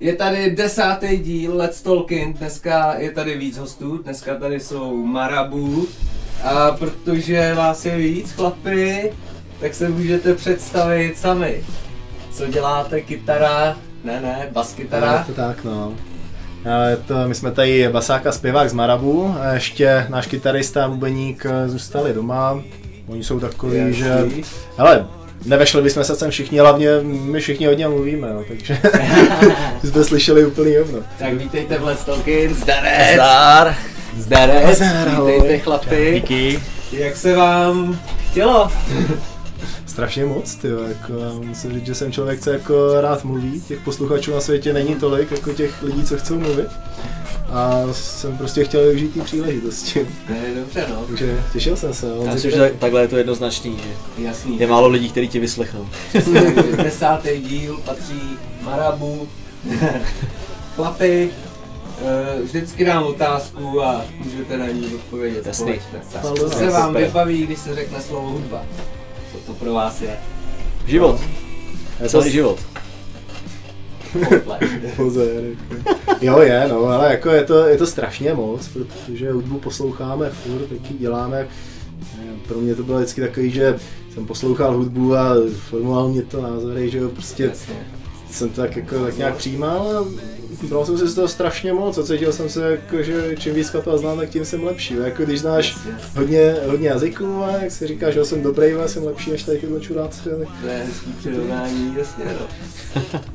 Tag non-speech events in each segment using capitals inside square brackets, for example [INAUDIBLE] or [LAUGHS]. Je tady desátý díl Let's Talking, dneska je tady víc hostů, dneska tady jsou Marabu, a protože vás je víc, chlapi, tak se můžete představit sami. Co děláte, kytara, ne ne, Je baskytara, to tak, no. Eh, To, my jsme tady basáka zpěvák z Marabu, eh, ještě náš kytarista a bubeník eh, zůstali doma. Oni jsou takový, Jasný. že... Hele, nevešli bychom se sem všichni, hlavně my všichni hodně mluvíme, no, takže [LAUGHS] jsme slyšeli úplný hovno. tak vítejte v Let's Talking, zdarec, Zdar. zdarec, Zdar, ahoj. vítejte chlapi, Díky. jak se vám chtělo? Strašně moc, ty jako, já musím říct, že jsem člověk, co jako rád mluví, těch posluchačů na světě není tolik, jako těch lidí, co chcou mluvit. A jsem prostě chtěl využít té příležitosti, Ne, dobře no, takže těšil jsem se. no. Já myslím, že tak- takhle je to jednoznačný, že jasný. je málo lidí, kteří tě vyslechnou. [LAUGHS] desátý díl patří Marabu. Chlapy, eh, vždycky dám otázku a můžete na ní odpovědět Jasný. společně. Tak, Jasný. Co se vám Super. vybaví, když se řekne slovo hudba? Co to pro vás je? Život, Je to- celý život. [LAUGHS] Komplet. Pozor. jako. Jo, je, no, ale jako je to, je to strašně moc, protože hudbu posloucháme furt, tak ji děláme. Nevím, Pro mě to bylo vždycky takový, že jsem poslouchal hudbu a formoval mě to názory, že jo, prostě Jasně. jsem to tak jako tak nějak přijímal a bral jsem se z toho strašně moc a cítil jsem se jako, že čím víc kapel znám, tak tím jsem lepší. Jako když znáš Jasně, jasně. hodně, hodně jazyků a jak se říká, že jo, jsem dobrý, a jsem lepší než tady tyhle čuráci. tak To je hezký přirovnání, jasně no.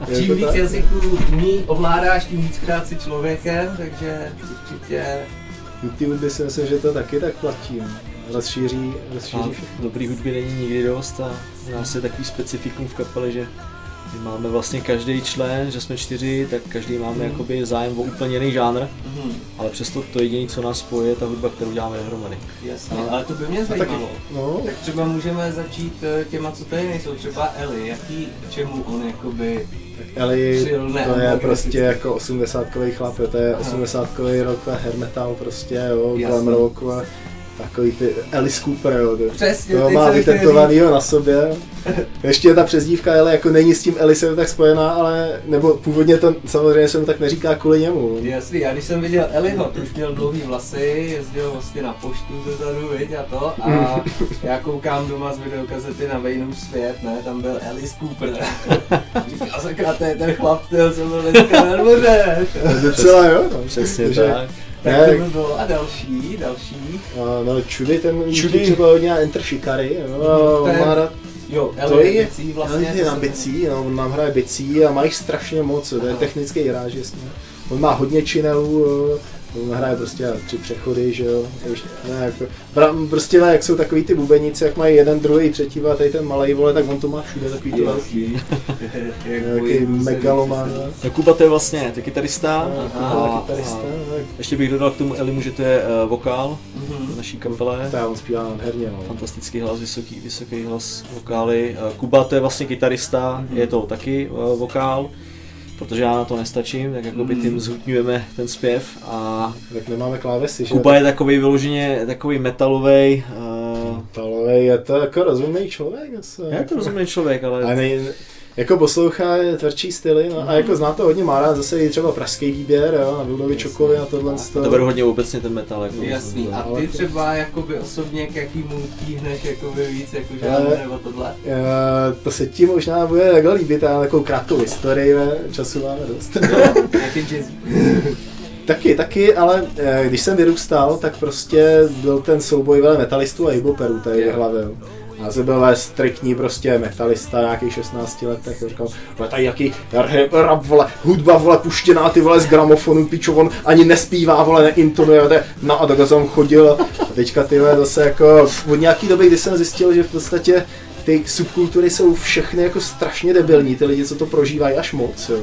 je to Čím víc tak. no. jazyků ní ovládáš, tím víckrát si člověkem, takže určitě YouTube si myslím, že to taky tak platí. no. Rozšíří, rozšíří všechno. A dobrý hudby není nikdy dost a u nás je takový specifikum v kapele, že my máme vlastně každý člen, že jsme čtyři, tak každý máme jakoby zájem o úplně jiný žánr, mhm, ale přesto to jediné, co nás spoje, je ta hudba, kterou děláme dohromady. jasně. Ale to by mě No. A taky, zajímalo. no, Tak třeba můžeme začít eh, těma, co tady nejsou, třeba Eli, jaký, čemu on jakoby, Eli, Přijel ne, to je anglicky. prostě jako 80 chlap, jo, to je Aha. 80 rok a hermetal prostě, jo, Jasný. glam rock a takový ty Alice Cooper, jo, to, Přesně, to teď má jsem chtěl vytetovanýho na sobě. Ještě ta přezdívka Eli jako není s tím Elisem tak spojená, ale, nebo původně to samozřejmě se mu tak neříká kvůli němu. jasný, já když jsem viděl Eliho, to už měl dlouhý vlasy, jezdil vlastně na poštu ze zadu, viď, a to, [LAUGHS] a já koukám doma z videokazety na Vejnův svět, ne, tam byl Alice Cooper, [LAUGHS] říkal jsem, to je ten chlap, to jsem byl dneska na dvoře, Docela jo. no. Přesně Takže- tak. tak Ne, to by bylo, a další, další, A, No, čudy ten čudy. Čudy. třeba hodně enter šikary, no, To je- má rád jo, To Eli je je bicí vlastně, vlastně co na jsem- bicí, no, on nám hraje bicí a má jich strašně moc, to je Aha. technický hráč, jasně. On má hodně činelů, jo, on hraje prostě tři přechody, že jo. Už, ne, jako, bra- prostě ne, jak jsou takový ty bubenici, jak mají jeden, druhý, třetí a tady ten malej vole, tak on to má všude takový ty velký, Jasný. [LAUGHS] Jak nějaký bojím se megalomán. víc, No Kuba to je vlastně taky kytarista. Aha, kytarista, tak. Ještě bych dodal k tomu Elimu, že to je eh, vokál Mhm. v naší kapele. To je, on zpívá nádherně, no. Fantastický hlas, vysoký, vysoký hlas, vokály. Eh, Kuba to je vlastně kytarista, je to taky eh, vokál, protože já na to nestačím, tak jakoby Mhm. tím zhutňujeme ten zpěv a Tak nemáme klávesy, že Kuba je takový vyloženě takový metalový. Talovej je to jako rozumný člověk. Asi. já to rozumný člověk, A ale nej, jako poslouchá tvrdší styly, no, a jako zná to hodně, má rád zase i třeba pražský výběr, jo, na Vildovi Čokovi a tohle. to beru hodně obecně ten metal. Jako Jasný, a ty Ale- třeba jakoby osobně k jakýmu tíhneš jakoby víc, jako žánr Ale- nebo tohle? [LAUGHS] Eh, to se ti možná bude takhle líbit, já mám takovou krátkou historii, ve, času máme dost. [LAUGHS] Jaký jazz? taky, taky, ale eh, když jsem vyrůstal, tak prostě byl ten souboj vele metalistů a hiphoperů tady Jo. v hlavě. jo. Já jsem byl vele striktní prostě metalista nějakých 16 let, tak jsem říkal, vole, tady jaký rap, rap vole, hudba vole, puštěná ty vole z gramofonu, pičo, on ani nespívá, vole, neintonuje, to je- no a tak jsem chodil a teďka ty vole, zase jako od nějaký doby, kdy jsem zjistil, že v podstatě ty subkultury jsou všechny jako strašně debilní, ty lidi, co to prožívají až moc, jo.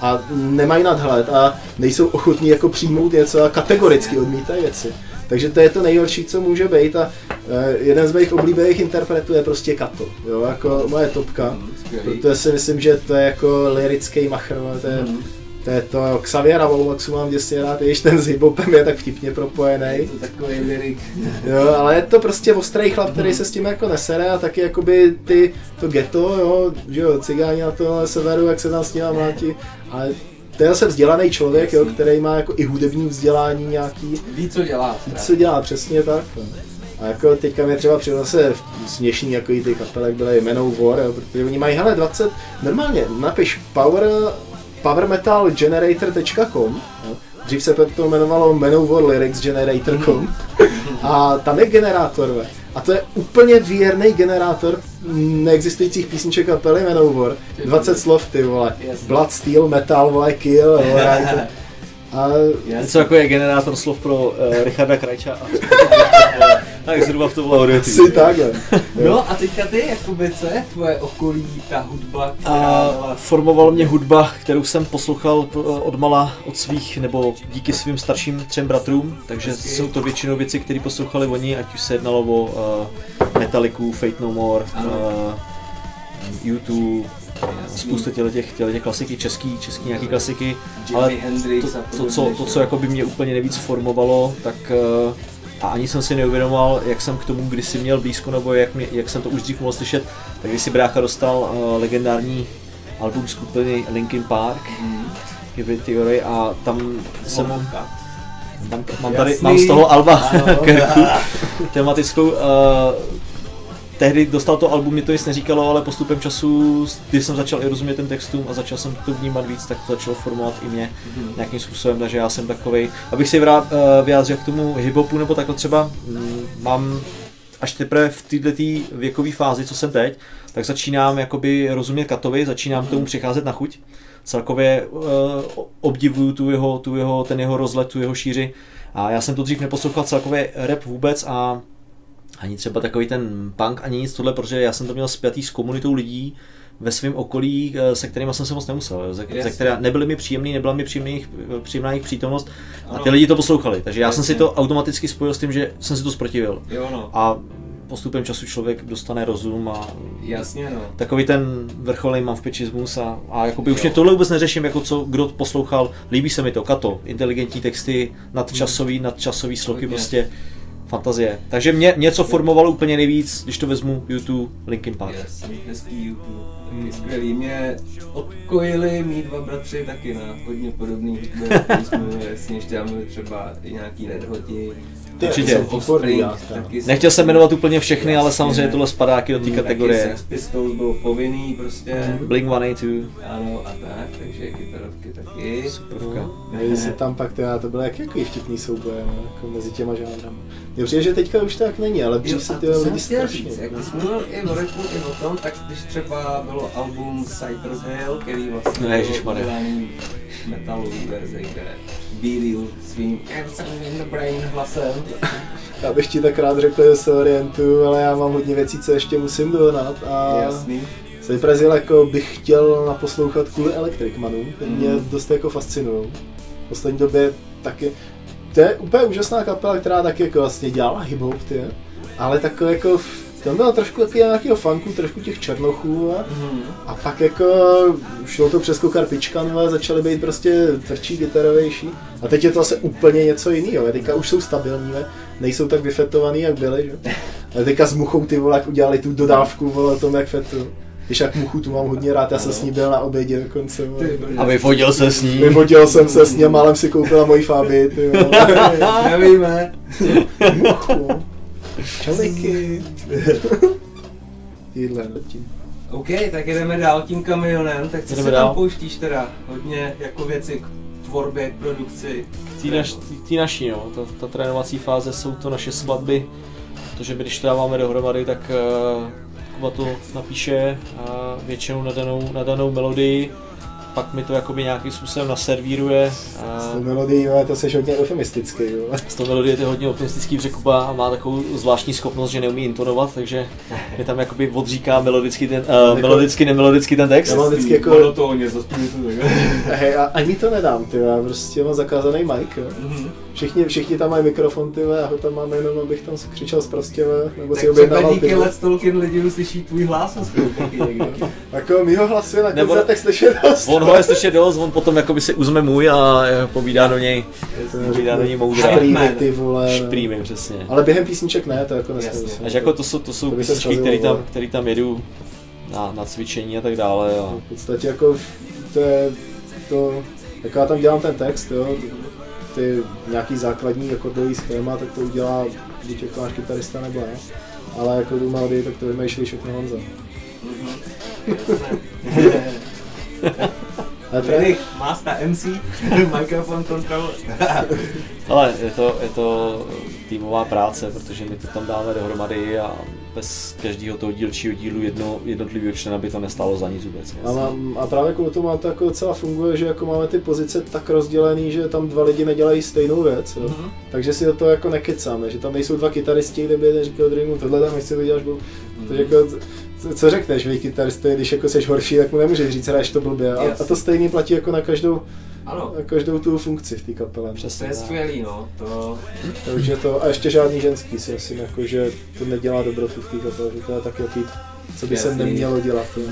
A nemají nadhled a nejsou ochotní jako přijmout něco a kategoricky odmítají věci. Takže to je to nejhorší, co může být a eh, jeden z mých oblíbených interpretů je prostě Kato, jo, jako moje topka. Skvělý. Protože si myslím, že to je jako lirický machr, ale to je, Mhm. to je to, Xaviera Voloxu mám děsně rád, jež ten s hiphopem je tak vtipně Je propojený. to takový lyrik. Jo, ale je to prostě ostrý chlap, který se s tím jako nesere a taky jakoby ty, to ghetto, jo, že jo, cigáni na tohle severu, jak se tam s ním mlátí, ale to je zase vzdělaný člověk, jo, Jasný. který má jako i hudební vzdělání nějaký, Ví, co dělá. co dělá přesně tak. no. A jako teďka mě třeba přišlo zase směšný, jako i ty kapele, jak byly jmenou War, jo, protože oni mají, hele, 20, normálně, napiš power, powermetalgenerator.com, jo. dřív se to jmenovalo Manowar Lyrics Generator.com a tam je generátor, ve. A to je úplně věrný generátor neexistujících písniček kapely Manowar. 20 slov, ty vole. Jasně. Blood, steel, metal, vole, kill, vole. A Něco jako je generátor slov pro uh, Richarda Krajča. [LAUGHS] A... tak zhruba v to bylo odvětví. si takhle. Jo. No a teďka ty, Jakube, co je tvoje okolí, ta hudba, která A byla... formoval mě hudba, kterou jsem poslouchal eh, od mala, od svých, nebo díky svým starším třem bratrům, takže Hezky. jsou to většinou věci, které poslouchali oni, ať už se jednalo o uh, Metallicu, Fate No More, Ano. uh, YouTube, Jasný. spousta těle těch, těle těch klasiky, český, český nějaký klasiky. Jimi ale Hendrix a To, to, podobně, co, že to, jo? co jako by mě úplně nejvíc formovalo, tak eh, a ani jsem si neuvědomoval, jak jsem k tomu kdysi měl blízko, nebo jak, mě, jak jsem to už dřív mohl slyšet, tak když si brácha dostal eh, legendární album skupiny Linkin Park, Mhm. Hybrid Theory, a tam jsem, Zlomovka. mám, mám, tady, Jasný. mám z toho alba [LAUGHS] Ano. krku, tematickou, eh, tehdy dostal to album, mi to nic neříkalo, ale postupem času, když jsem začal i rozumět ten textům a začal jsem to vnímat víc, tak to začalo formovat i mě Mhm. nějakým způsobem, takže já jsem takovej, abych si vrát, eh, vyjádřil k tomu hiphopu nebo takhle třeba, mm, mám až teprve v této věkové fázi, co jsem teď, tak začínám jakoby rozumět Katovi, začínám k tomu přicházet na chuť. Celkově uh, obdivuju tu jeho, tu jeho, ten jeho rozlet, tu jeho šíři. A já jsem to dřív neposlouchal celkově rap vůbec a ani třeba takový ten punk, ani nic tohle, protože já jsem to měl spjatý s komunitou lidí ve svém okolí, eh, se kterými jsem se moc nemusel, eh, ze, ze Jasně. která nebyly mi příjemný, nebyla mi příjemný, jejich- příjemná jejich přítomnost a ty Ano. lidi to poslouchali, takže já jsem si Jasně. to automaticky spojil s tím, že jsem si to zprotivil. Jo no, A postupem času člověk dostane rozum a jasně no. takový ten vrcholný mám v pečismus a, a jakoby už Jo. mě tohle vůbec neřeším, jako co, kdo poslouchal, líbí se mi to, kato, inteligentní texty, nadčasový, nadčasový sloky, Hmm. Hodně. prostě fantazie. Takže mě něco formovalo úplně nejvíc, když to vezmu YouTube, Linkin Park. Jasný, hezký YouTube. Hmm. Taky skvělý. Mě odkojili mý dva bratři taky na hodně podobný hudbě. [LAUGHS] jako jsme jasně ještě já mluvím třeba i nějaký nedhoti. Ty, Určitě. jsem výborný, já, Offspring, tam. taky jsem- Nechtěl jsem jmenovat úplně všechny, ale Jasně. Hmm, samozřejmě tohle spadá taky do té Taky kategorie. Hmm. Sex Pistols byl povinný prostě. Blink 182, Ano a tak, takže kytarovky taky. superovka. Nejde se No, tam pak, teda, to bylo jak, jaký vtipný souboje no, jako mezi těma žánrama. Mně přijde, že teďka už to tak není, ale Jo, dřív se no. a ty to jsem lidi chtěl říct, strašně. jak jsi mluvil i o repu, i o tom, tak když třeba bylo album Cypress Hill, který vlastně No, bylo ježišmarja. udělaný metalový verze, kde Bílil svým "I'm sorry in the brain hlasem. Já bych ti tak rád řekl, že se orientuju, ale já mám hodně věcí, co ještě musím dohnat a Jasný. se Brazil jako bych chtěl naposlouchat kvůli Electric Manům, který mě Mhm. dost jako fascinují. V poslední době taky, to je úplně úžasná kapela, která taky jako vlastně dělala hip-hop, ty, ale takové jako, tam bylo trošku taky nějakého funku, trošku těch černochů a Mhm. A pak jako šlo to přes kokar pičkanové, začaly být prostě tvrdší, gitarovější. A teď je to zase úplně něco jiného. Teďka už jsou stabilní, ne? nejsou tak vyfetovaný, jak byly, že? Ale teďka s muchou ty vole, jak udělali tu dodávku vole, tom, jak fetu. Když jak muchu tu mám hodně rád, já jsem s ní byl na obědě dokonce. Vole. Ty brďo. A vyfodil se s ní. Vyvodil jsem se s ní, málem si koupila moji Fabi, ty vole. Nevíme. Muchu. Čeliky. Tyhle, no, tím. OK, tak jedeme dál tím kamionem, tak co Jedeme se dál. tam pouštíš teda? Hodně jako věci k tvorbě, k produkci. Ty, naš, ty, ty naší, no. ta, ta trénovací fáze jsou to naše svatby, protože my když to dáváme dohromady, tak uh, Kuba to napíše a většinou na danou, na danou melodii, pak mi to jakoby nějakým způsobem naservíruje. S A tou melodií, vole, to seš hodně eufemistický, jo. s tou melodií je to hodně optimistický, protože Kuba má takovou zvláštní schopnost, že neumí intonovat, takže mi tam jakoby odříká melodicky, ten, uh, melodicky nemelodicky ten text. Já mám vždycky jako- Monotónně, zaspomínu to takhle. Hej, a ani to nedám, ty já prostě mám zakázaný mic, jo. Mhm. Všichni, všichni tam mají mikrofon, ty já ho tam mám jenom, abych tam křičel z prostě, nebo si Tak třeba objednával díky pivo. Let's Talking lidi uslyší tvůj hlas aspoň taky [LAUGHS] někdo. Jako mýho hlasu je na Nebo- koncertech slyšet dost. On ho je slyšet dost, on potom jakoby si uzme můj a eh, povídá do něj, povídá do něj moudra. Šprýmy, Hype ty vole. no. Šprýmy, přesně. Ale během písniček ne, to jako nesmím. Jasně. Až jako to jsou, to jsou To by se no. písničky, srazilo, které tam, vole. který tam jedu na, na cvičení a tak dále. A V podstatě jako v- to je to Jako já tam dělám ten text, jo, ty nějaký základní akordový schéma, tak to udělá buď jako náš kytarista nebo ne. Ale jako tu melodii, tak to vymýšlí všechno Honza. Ale to je, Tady Master MC, mikrofon control. Ale je to, je to týmová práce, protože my to tam dáme dohromady a bez každého toho dílčího dílu jedno, jednotlivého člena by to nestálo za nic vůbec. a, mám, a právě kvůli tomu to jako docela funguje, že jako máme ty pozice tak rozdělený, že tam dva lidi nedělají stejnou věc. Jo. Mhm. Takže si do toho jako nekecáme, že tam nejsou dva kytaristi, kde by jeden říkal druhému, tohle tam nechci vidět, až budu. Takže jako, co, co řekneš, vy kytaristi, když jako seš horší, tak mu nemůžeš říct, hraješ to blbě. A, a to Jasně. stejný platí jako na každou, Ano, na každou tu funkci v té kapele. to Přesně. je tak. skvělý, no. To... Takže to, a ještě žádný ženský si myslím, jako, že to nedělá dobrotu v té kapele, že to je tak jaký, co by se Jasný. nemělo dělat. Jo.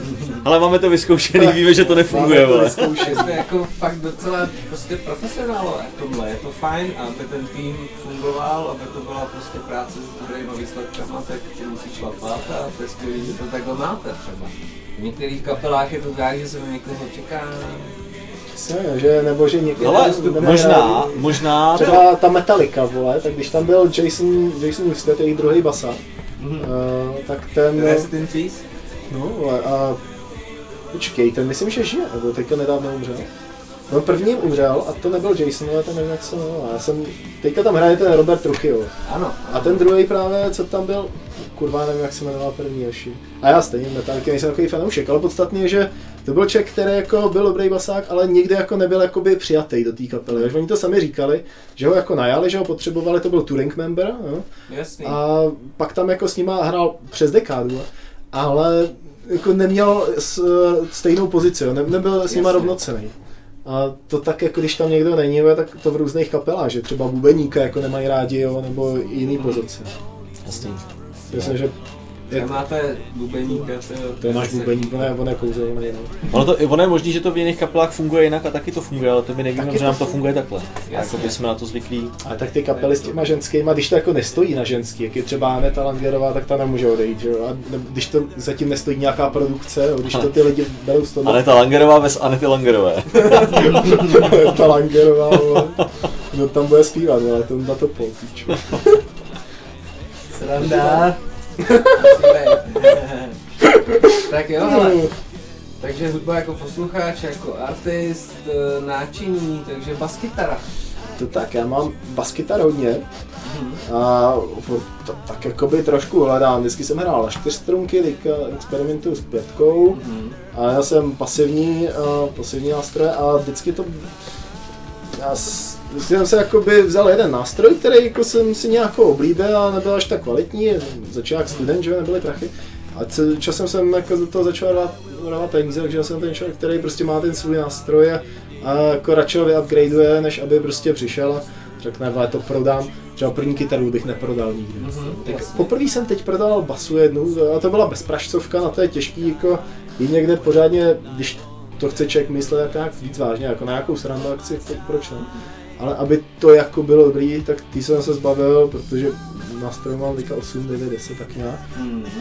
Ale máme to vyzkoušený, víme, že to nefunguje, Máme to vole. Že vyzkoušený. jsme jako fakt docela prostě profesionálové v tomhle, je to fajn, aby ten tým fungoval, aby to byla prostě práce s dobrýma výsledkama, tak to musíš šlapat a to je skvělý, že to takhle máte třeba. V některých kapelách je to tak, že se na někoho čeká. Přesně, že, nebo že někdo... Ale nebo- možná, možná, Třeba ta Metallica, vole, tak když tam byl Jason, Jason Newsted, jejich druhý basa, eh, tak ten... Rest in peace. No, vole, a... Počkej, ten myslím, že žije, nebo teďka nedávno umřel. No první umřel a to nebyl Jason, ale ten nevím jak se jmenoval. Já jsem... Teďka tam hraje ten Robert Trujillo. Ano. A ten druhý právě, co tam byl, kurva, nevím, jak se jmenoval první Yoshi. A já stejně Metallica nejsem takový fanoušek, ale podstatný je, že to byl Čech, který jako byl dobrý basák, ale nikdy jako nebyl jakoby přijatý do té kapely. Až oni to sami říkali, že ho jako najali, že ho potřebovali, to byl touring member, jo? Jasný. a pak tam jako s nima hrál přes dekádu, ale jako neměl s, stejnou pozici, jo? Ne, nebyl s nima Jasně. rovnocený. A to tak, jako když tam někdo není, jo, tak to v různých kapelách, že třeba bubeníka jako nemají rádi, jo, nebo jiný pozice. Jasný. Myslím, že je, Nemáte bubeníka, to, to je náš bubeník, ne, on je kouzelný. No. Ono, to, ono je možný, že to v jiných kaplách funguje jinak a taky to funguje, ale to my nevíme, Taky že to nám to funguje takhle. Jasně. Jako by jsme na to zvyklí. Ale tak ty kapely s těma ženskýma, když to jako nestojí na ženský, jak je třeba Aneta Langerová, tak ta nemůže odejít, že jo? A ne- když to zatím nestojí nějaká produkce, jo? když to ty lidi berou z toho, Aneta Langerová bez [LAUGHS] Anety Langerové. ta Langerová, vole. kdo tam bude zpívat, ale to na to pol, píču. [LAUGHS] Sranda. Musíme. tak jo, ale Takže hudba jako posluchač, jako artist, eh, náčiní, takže baskytara. To tak, já mám baskytar hodně a furt to, tak jakoby trošku hledám. Vždycky jsem hrál na čtyřstrunky, teďka experimentuju s pětkou. A já jsem pasivní, uh, pasivní nástroje a vždycky to... Já s- vždycky jsem se jakoby vzal jeden nástroj, který jako jsem si nějakou oblíbil a nebyl až tak kvalitní, začal jak student, že jo, nebyly prachy. A c- časem jsem jako do toho začal dát, dávat peníze, takže já jsem ten člověk, který prostě má ten svůj nástroj a, a jako radši ho vyupgradeuje, než aby prostě přišel a řekne, "Vole, to prodám. Třeba první kytaru bych neprodal nikdy. Tak Poprvé jsem teď prodal basu jednu, a to byla bezprašcovka, na to je těžký jako jít někde pořádně, když to chce člověk myslet jak nějak víc vážně, jako na nějakou srandu akci, tak proč ne? Ale aby to jako bylo dobrý, tak ty jsem se zbavil, protože nástrojů mám teďka 8, 9, 10 tak nějak.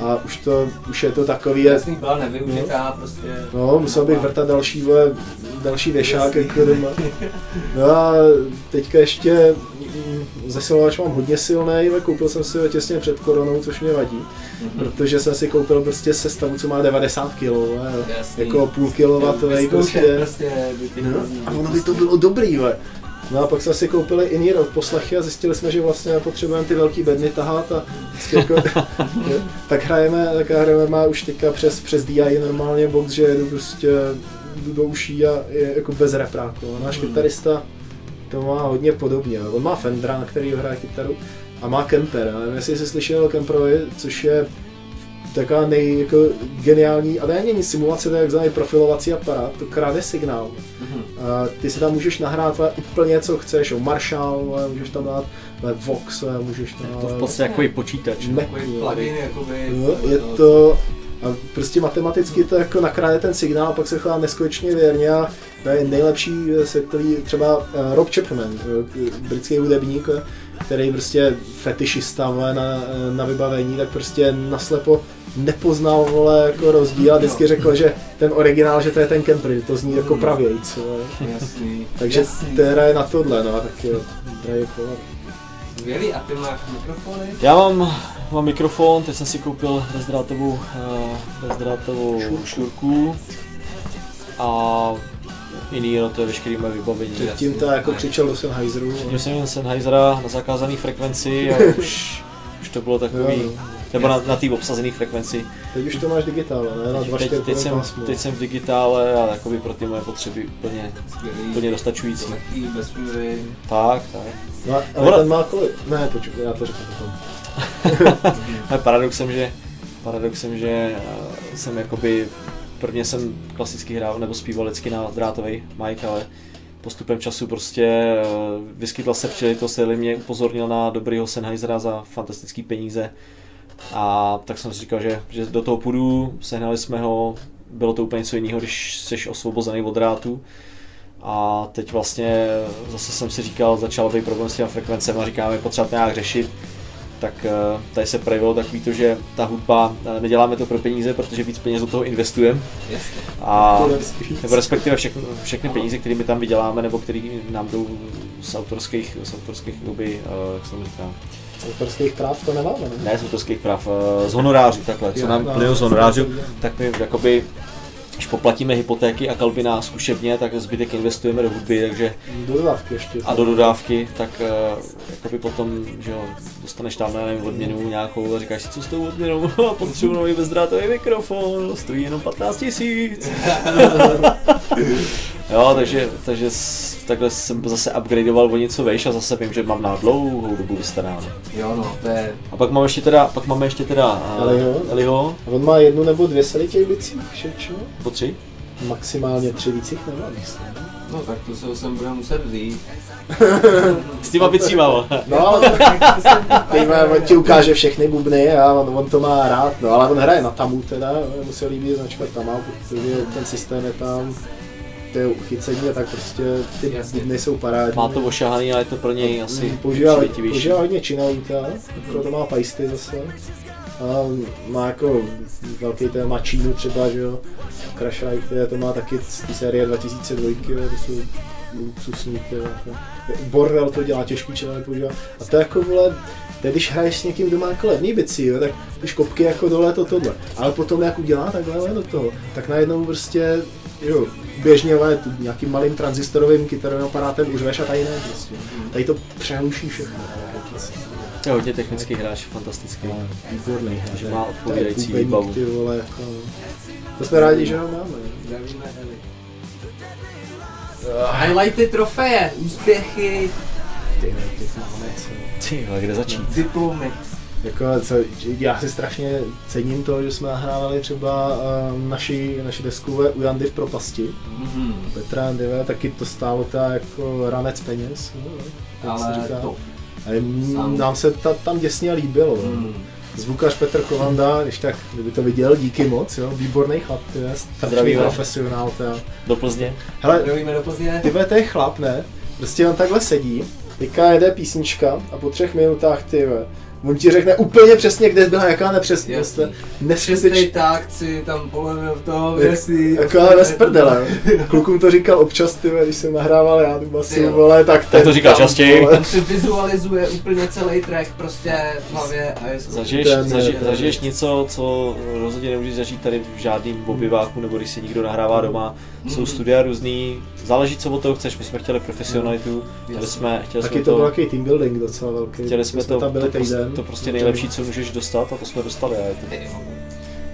A už to, už je to takový, je, Hmm. Jasný byla nevyužitá, prostě. no musel bych vrtat další, vole, další věšák Jasný. jako doma. No a teďka ještě mm, zesilovač mám hodně silný, koupil jsem si ho těsně před koronou, což mě vadí Mhm. protože jsem si koupil prostě sestavu, co má 90 kg, vole, Jasný. jako půl kilovatový Vyzkoušet prostě. prostě. do těch No, různých- a ono by to bylo dobrý, ve. No a pak jsme si koupili in ear odposlechy a zjistili jsme, že vlastně nepotřebujeme ty velký bedny tahat a vždycky jako, [LAUGHS] že- tak hrajeme, tak já hrajeme má už teďka přes, přes DI normálně box, že jedu prostě jdu do uší a je jako bez repráku. A náš Mhm. kytarista to má hodně podobně. On má Fendra, na který hraje kytaru a má Kemper. Já nevím, jestli jsi slyšel o Kemperovi, což je taková nej, jako, geniální, a to není simulace, to je takzvaný profilovací aparát, to krade signál. Mhm. A ty si tam můžeš nahrát vole, úplně co chceš, jo, Marshall, vole, můžeš tam dát vole, Vox, vole, můžeš tam Je dát... to v podstatě jako počítač. Ne, Takový vole. plugin, jakoby. No, Jo, No, je to... A prostě matematicky to jako nakráje ten signál a pak se chová neskonečně věrně a to je nejlepší světový, třeba eh, Rob Chapman, eh, britský hudebník, eh, který prostě fetišista vole, na, eh, na vybavení, tak prostě naslepo nepoznal, vole, jako rozdíl a vždycky řekl, že ten originál, že to je ten Cambridge, to zní jako pravějc, vole. Jasný. Takže jasný. ty hraje na tohle, no, tak jo, hraje kolor. Skvělý, a ty máš mikrofony? Já mám, mám mikrofon, teď jsem si koupil bezdrátovou, uh, bezdrátovou šurku. šurku a jiný, no to je veškerý moje vybavení. Předtím to jako křičel do Sennheiseru. Měl jsem jen Sennheisera na zakázané [LAUGHS] frekvenci a už, už to bylo Jo, takový, no. nebo na, na té obsazené frekvenci. Teď už to máš digitál, ne? Na 2, Teď, 4, teď, jsem, teď jsem v digitále a jakoby pro ty moje potřeby úplně, Skvělý. úplně dostačující. Lehký, bez průry. Tak, tak. No, ale Ono- ten má kolik? Ne, počkej, já to řeknu potom. Ale paradoxem, že, paradoxem, že eh, jsem jakoby, prvně jsem klasicky hrál nebo zpíval vždycky na drátový mic, ale postupem času prostě eh, vyskytla se příležitost, Eli mě upozornil na dobrýho Sennheisera za fantastické peníze. A tak jsem si říkal, že, že do toho půjdu, sehnali jsme ho, bylo to úplně něco jiného, když jsi osvobozený od drátu. A teď vlastně zase jsem si říkal, začal být problém s těma frekvencemi a říkáme, potřeba to nějak řešit tak eh, tady se projevilo takový to, že ta hudba, eh, neděláme to pro peníze, protože víc peněz do toho investujeme Jasně. a To je hezký. nebo respektive všechny, všechny peníze, které my tam vyděláme, nebo které nám jdou z autorských, z autorských doby, eh, jak se to říká, Autorských práv to nemáme, ne? ne z autorských práv, eh, z honorářů takhle, co Jo, nám no, plynou z to honorářů, jsem viděl. tak my jakoby, když poplatíme hypotéky a kalby na zkušebně, tak zbytek investujeme do hudby, takže Dodávky ještě. a do dodávky, tak uh, jakoby potom, že jo, dostaneš tam nevím, odměnu nějakou a říkáš si, co s tou odměnou, [LAUGHS] a potřebuji nový bezdrátový mikrofon, stojí jenom 15 tisíc. jo, takže, takže s- takhle jsem zase upgradeoval o něco vejš a zase vím, že mám na dlouhou dobu vystaráno. Jo no, to je... A pak máme ještě teda, pak máme ještě teda eh, Eliho. Eliho A on má jednu nebo dvě sady těch bicích, že čo? po tři. Maximálně tři bicích nemá, myslím. No tak to se sem budeme muset vzít. S těma vycímal. [LAUGHS] No ale Teď má- on ti ukáže všechny bubny a on, on to má rád, no ale on hraje na tamu teda, no, mu se líbí značka tama, protože ten systém je tam, to je uchycení a tak prostě ty Jasně. bubny jsou parádní. Má to ošahaný, ale je to pro něj asi používá, přívětivější. používá hodně činalíka, proto má pajsty zase. A má jako velký téma Čínu třeba, že jo. Crash Ride, to je- to má taky z té série 2002, jo, to jsou luxusní, ty jo, jako. Borrel to dělá těžký činalík používá. A to je jako vole, to je, když hraješ s někým doma jako levný bicí, jo, tak ty škopky jako dole to tohle. Ale potom jak udělá takhle vole, do toho, tak najednou prostě jo, běžně let nějakým malým transistorovým kytarovým aparátem užveš a tady ne prostě. Tady to přehluší všechno. vlastně To je hodně technický hráč, fantastický. No. Výborný hra. Že to je- má to je odpovídající bubeník, výbavu. Ty vole, jako. To jsme rádi, že ho máme. Zdravíme Eli. Eh, Highlighty trofeje, úspěchy, Ty ne, ty máme, co. Ty, ale kde začít? diplomy. Jako, co, já si strašně cením to, že jsme nahrávali třeba uh, naši, naši deskové u Jandy v propasti. Mhm. Petra Jandyve, taky to stálo ta jako ranec peněz. No, jak se Ale říká. to. A jim- Sám. nám se ta, tam děsně líbilo. Mm. Mm. Zvukař Petr Kovanda, když tak, kdyby to viděl, díky moc, jo, výborný chlap, ty je, strašný Zdravíme. no. profesionál, teda. Do Plzně? Hele, Zdravíme do Plzně. ty vole, to je chlap, ne? Prostě on takhle sedí, teďka jede písnička a po třech minutách, ty vole, on ti řekne úplně přesně, kde byla jaká nepřesnost. Jasný. Přesnej Nesvědčí. tak si tam polevil v tom, Jak- jestli... Jako ale bez prdele. Klukům to říkal občas, ty vole, když jsem nahrával já tu Ty basu, jo. vole, tak ten to říkal tam, častěji. vole. Tam si vizualizuje úplně celý track prostě v hlavě a je Zažiješ, Ten- eh, zaži, zažiješ něco, co rozhodně nemůžeš zažít tady v žádným obyváku, nebo když si někdo nahrává doma. Mhm. Jsou studia různý, záleží, co od toho chceš. My jsme chtěli profesionalitu, chtěli jsme, chtěli Mhm. Taky jsme to byl to, takový team building docela velký. chtěli jsme to, tam byli to, prostě, týden. No, to prostě nejlepší, co můžeš dostat a to jsme dostali. A je to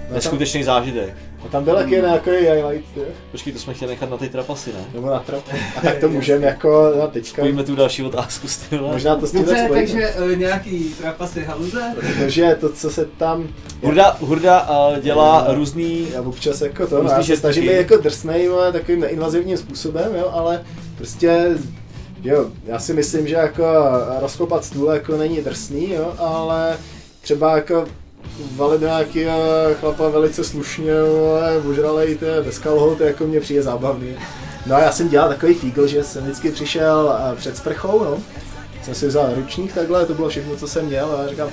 A tam, neskutečný zážitek. a tam byl taky Hmm. nějaký highlight, jo? Počkej, to jsme chtěli nechat na té trapasy, ne? nebo na trapu. A tak to můžeme jako na teďka. Pojďme tu další otázku, z tyhle. Možná to s tím tak Dobře, spojíme. takže eh, nějaký trapasy haluze? Protože to, co se tam... Hurda, Hurda eh, dělá různý Já občas jako to, Různý no, já se žestiky. snažím být jako drsnej, vole, takovým neinvazivním způsobem, jo, ale prostě, jo, já si myslím, že jako rozkopat stůl jako není drsný, jo, ale třeba jako valit nějakýho chlapa velice slušně, vole, ožralej, to je bez kalhot, jako mě přijde zábavný. No a já jsem dělal takový fígl, že jsem vždycky přišel eh, před sprchou, no, jsem si vzal ručník takhle, to bylo všechno, co jsem měl a já říkám,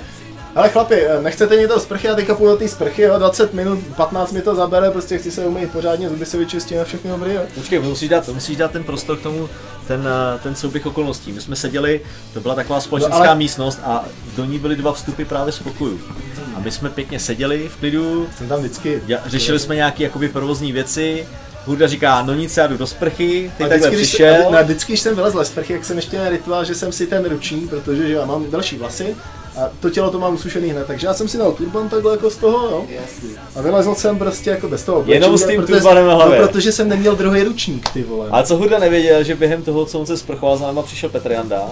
Ale chlapi, eh, nechcete mě to sprchy, já teďka půjdu do té sprchy, jo, 20 minut, 15 mi to zabere, prostě chci se umýt pořádně, zuby si vyčistím a všechno dobrý, jo. Počkej, musíš dát, musíš dát ten prostor k tomu, ten, eh, ten souběh okolností. My jsme seděli, to byla taková společenská No, no, ale- ale... místnost a do ní byly dva vstupy právě z pokojů. A my jsme pěkně seděli v klidu, Jsem tam vždycky. dě- řešili jsme nějaké jakoby provozní věci, Hurda říká, no nic, já jdu do sprchy, ty A takhle když, přišel. na, vždycky, když jsem vylezl z sprchy, jak jsem ještě měl rituál, že jsem si ten ruční, protože že já mám další vlasy a to tělo to mám usušený hned, takže já jsem si dal turban takhle jako z toho, jo. Jasně. A vylezl jsem prostě jako bez toho Jenom oblečení, s tím protože- turbanem na hlavě. No, protože jsem neměl druhý ručník, ty vole. no. Ale co Hurda nevěděl, že během toho, co on se sprchoval, za náma přišel Petr Janda,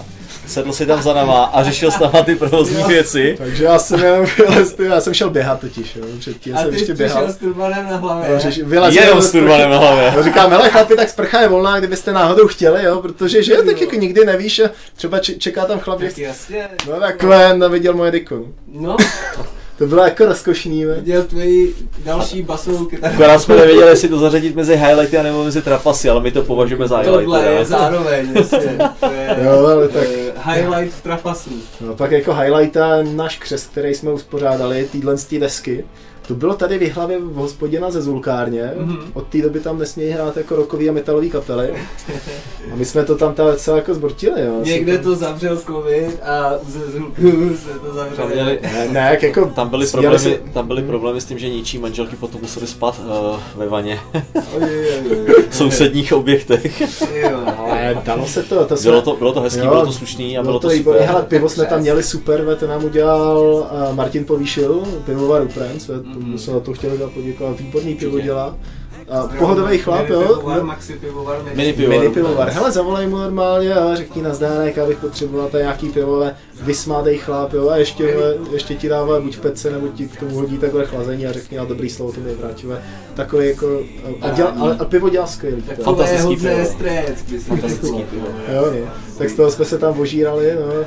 sedl si tam za náma a řešil s náma ty provozní věci. Takže já jsem jenom [LAUGHS] vylez, já jsem šel běhat totiž, jo. předtím A jsem ty ještě jsi běhal. přišel s turbanem na hlavě. Jo, řeš- vylezl Jenom jsem s ze sprchy. turbanem na hlavě. Jo, říkám, hele chlapi, tak sprcha je volná, kdybyste náhodou chtěli, jo, protože že, tak jako nikdy nevíš, a třeba če- čeká tam chlap, že Tak chce. jasně. No takhle, neviděl moje diku. No, To bylo jako rozkošný, ve. viděl tvoji další basovou kytaru. Akorát jsme nevěděli, jestli to zařadit mezi highlighty a nebo mezi trapasy, ale my to považujeme za highlighty. Tohle ne? je zároveň, jasně. To je, Jo, ale tak. eh, Highlight v trapasu. No, pak jako highlighta náš křest, který jsme uspořádali, týhle z té desky. To bylo tady v hlavě v hospodě na Zezulkárně. Mm-hmm. Mhm. Od té doby tam nesmějí hrát jako rokový a metalový kapely. [LAUGHS] A my jsme to tam ta docela jako zbrtili, jo. Někde Jsem to zavřel covid a u Zezulku [LAUGHS] se to Tam, zavřelo. měli, Ne, ne, jak jako... tam, byly směli problémy, se- tam byly problémy s tím, že něčí manželky potom museli spát uh, ve vaně [LAUGHS] Ojojoj. v sousedních objektech. Jo. [LAUGHS] Ale dalo se to, to jsme... Bylo to, bylo to hezký, Jo, bylo to slušný a bylo to výborný. Hele, super. pivo jsme tam měli super, ve, to nám udělal uh, Martin Povýšil, pivovar Uprens, ve, tomu Mhm. se na to chtěli dát poděkovat, výborný pivo Určitě. dělá. A pohodový chlap, Mini jo. No, pivovar, Maxi pivovar, mini- Mini pivo. Mini pivovar. Hele, zavolej mu normálně a řekni na zdárek, abych potřeboval tady nějaký pivo, ale vysmádej chláp, jo, a ještě, hele, ještě ti dává buď v pece, nebo ti k tomu hodí takhle chlazení a řekni, a dobrý slovo to mi vrátíme. Takový jako, a, děl, ale, a pivo dělá skvělý. Tak jo. to je Fantastický hodně pivo. strec, myslím. Fantastický pivo. Jo, no. Tak z toho jsme se tam ožírali, no.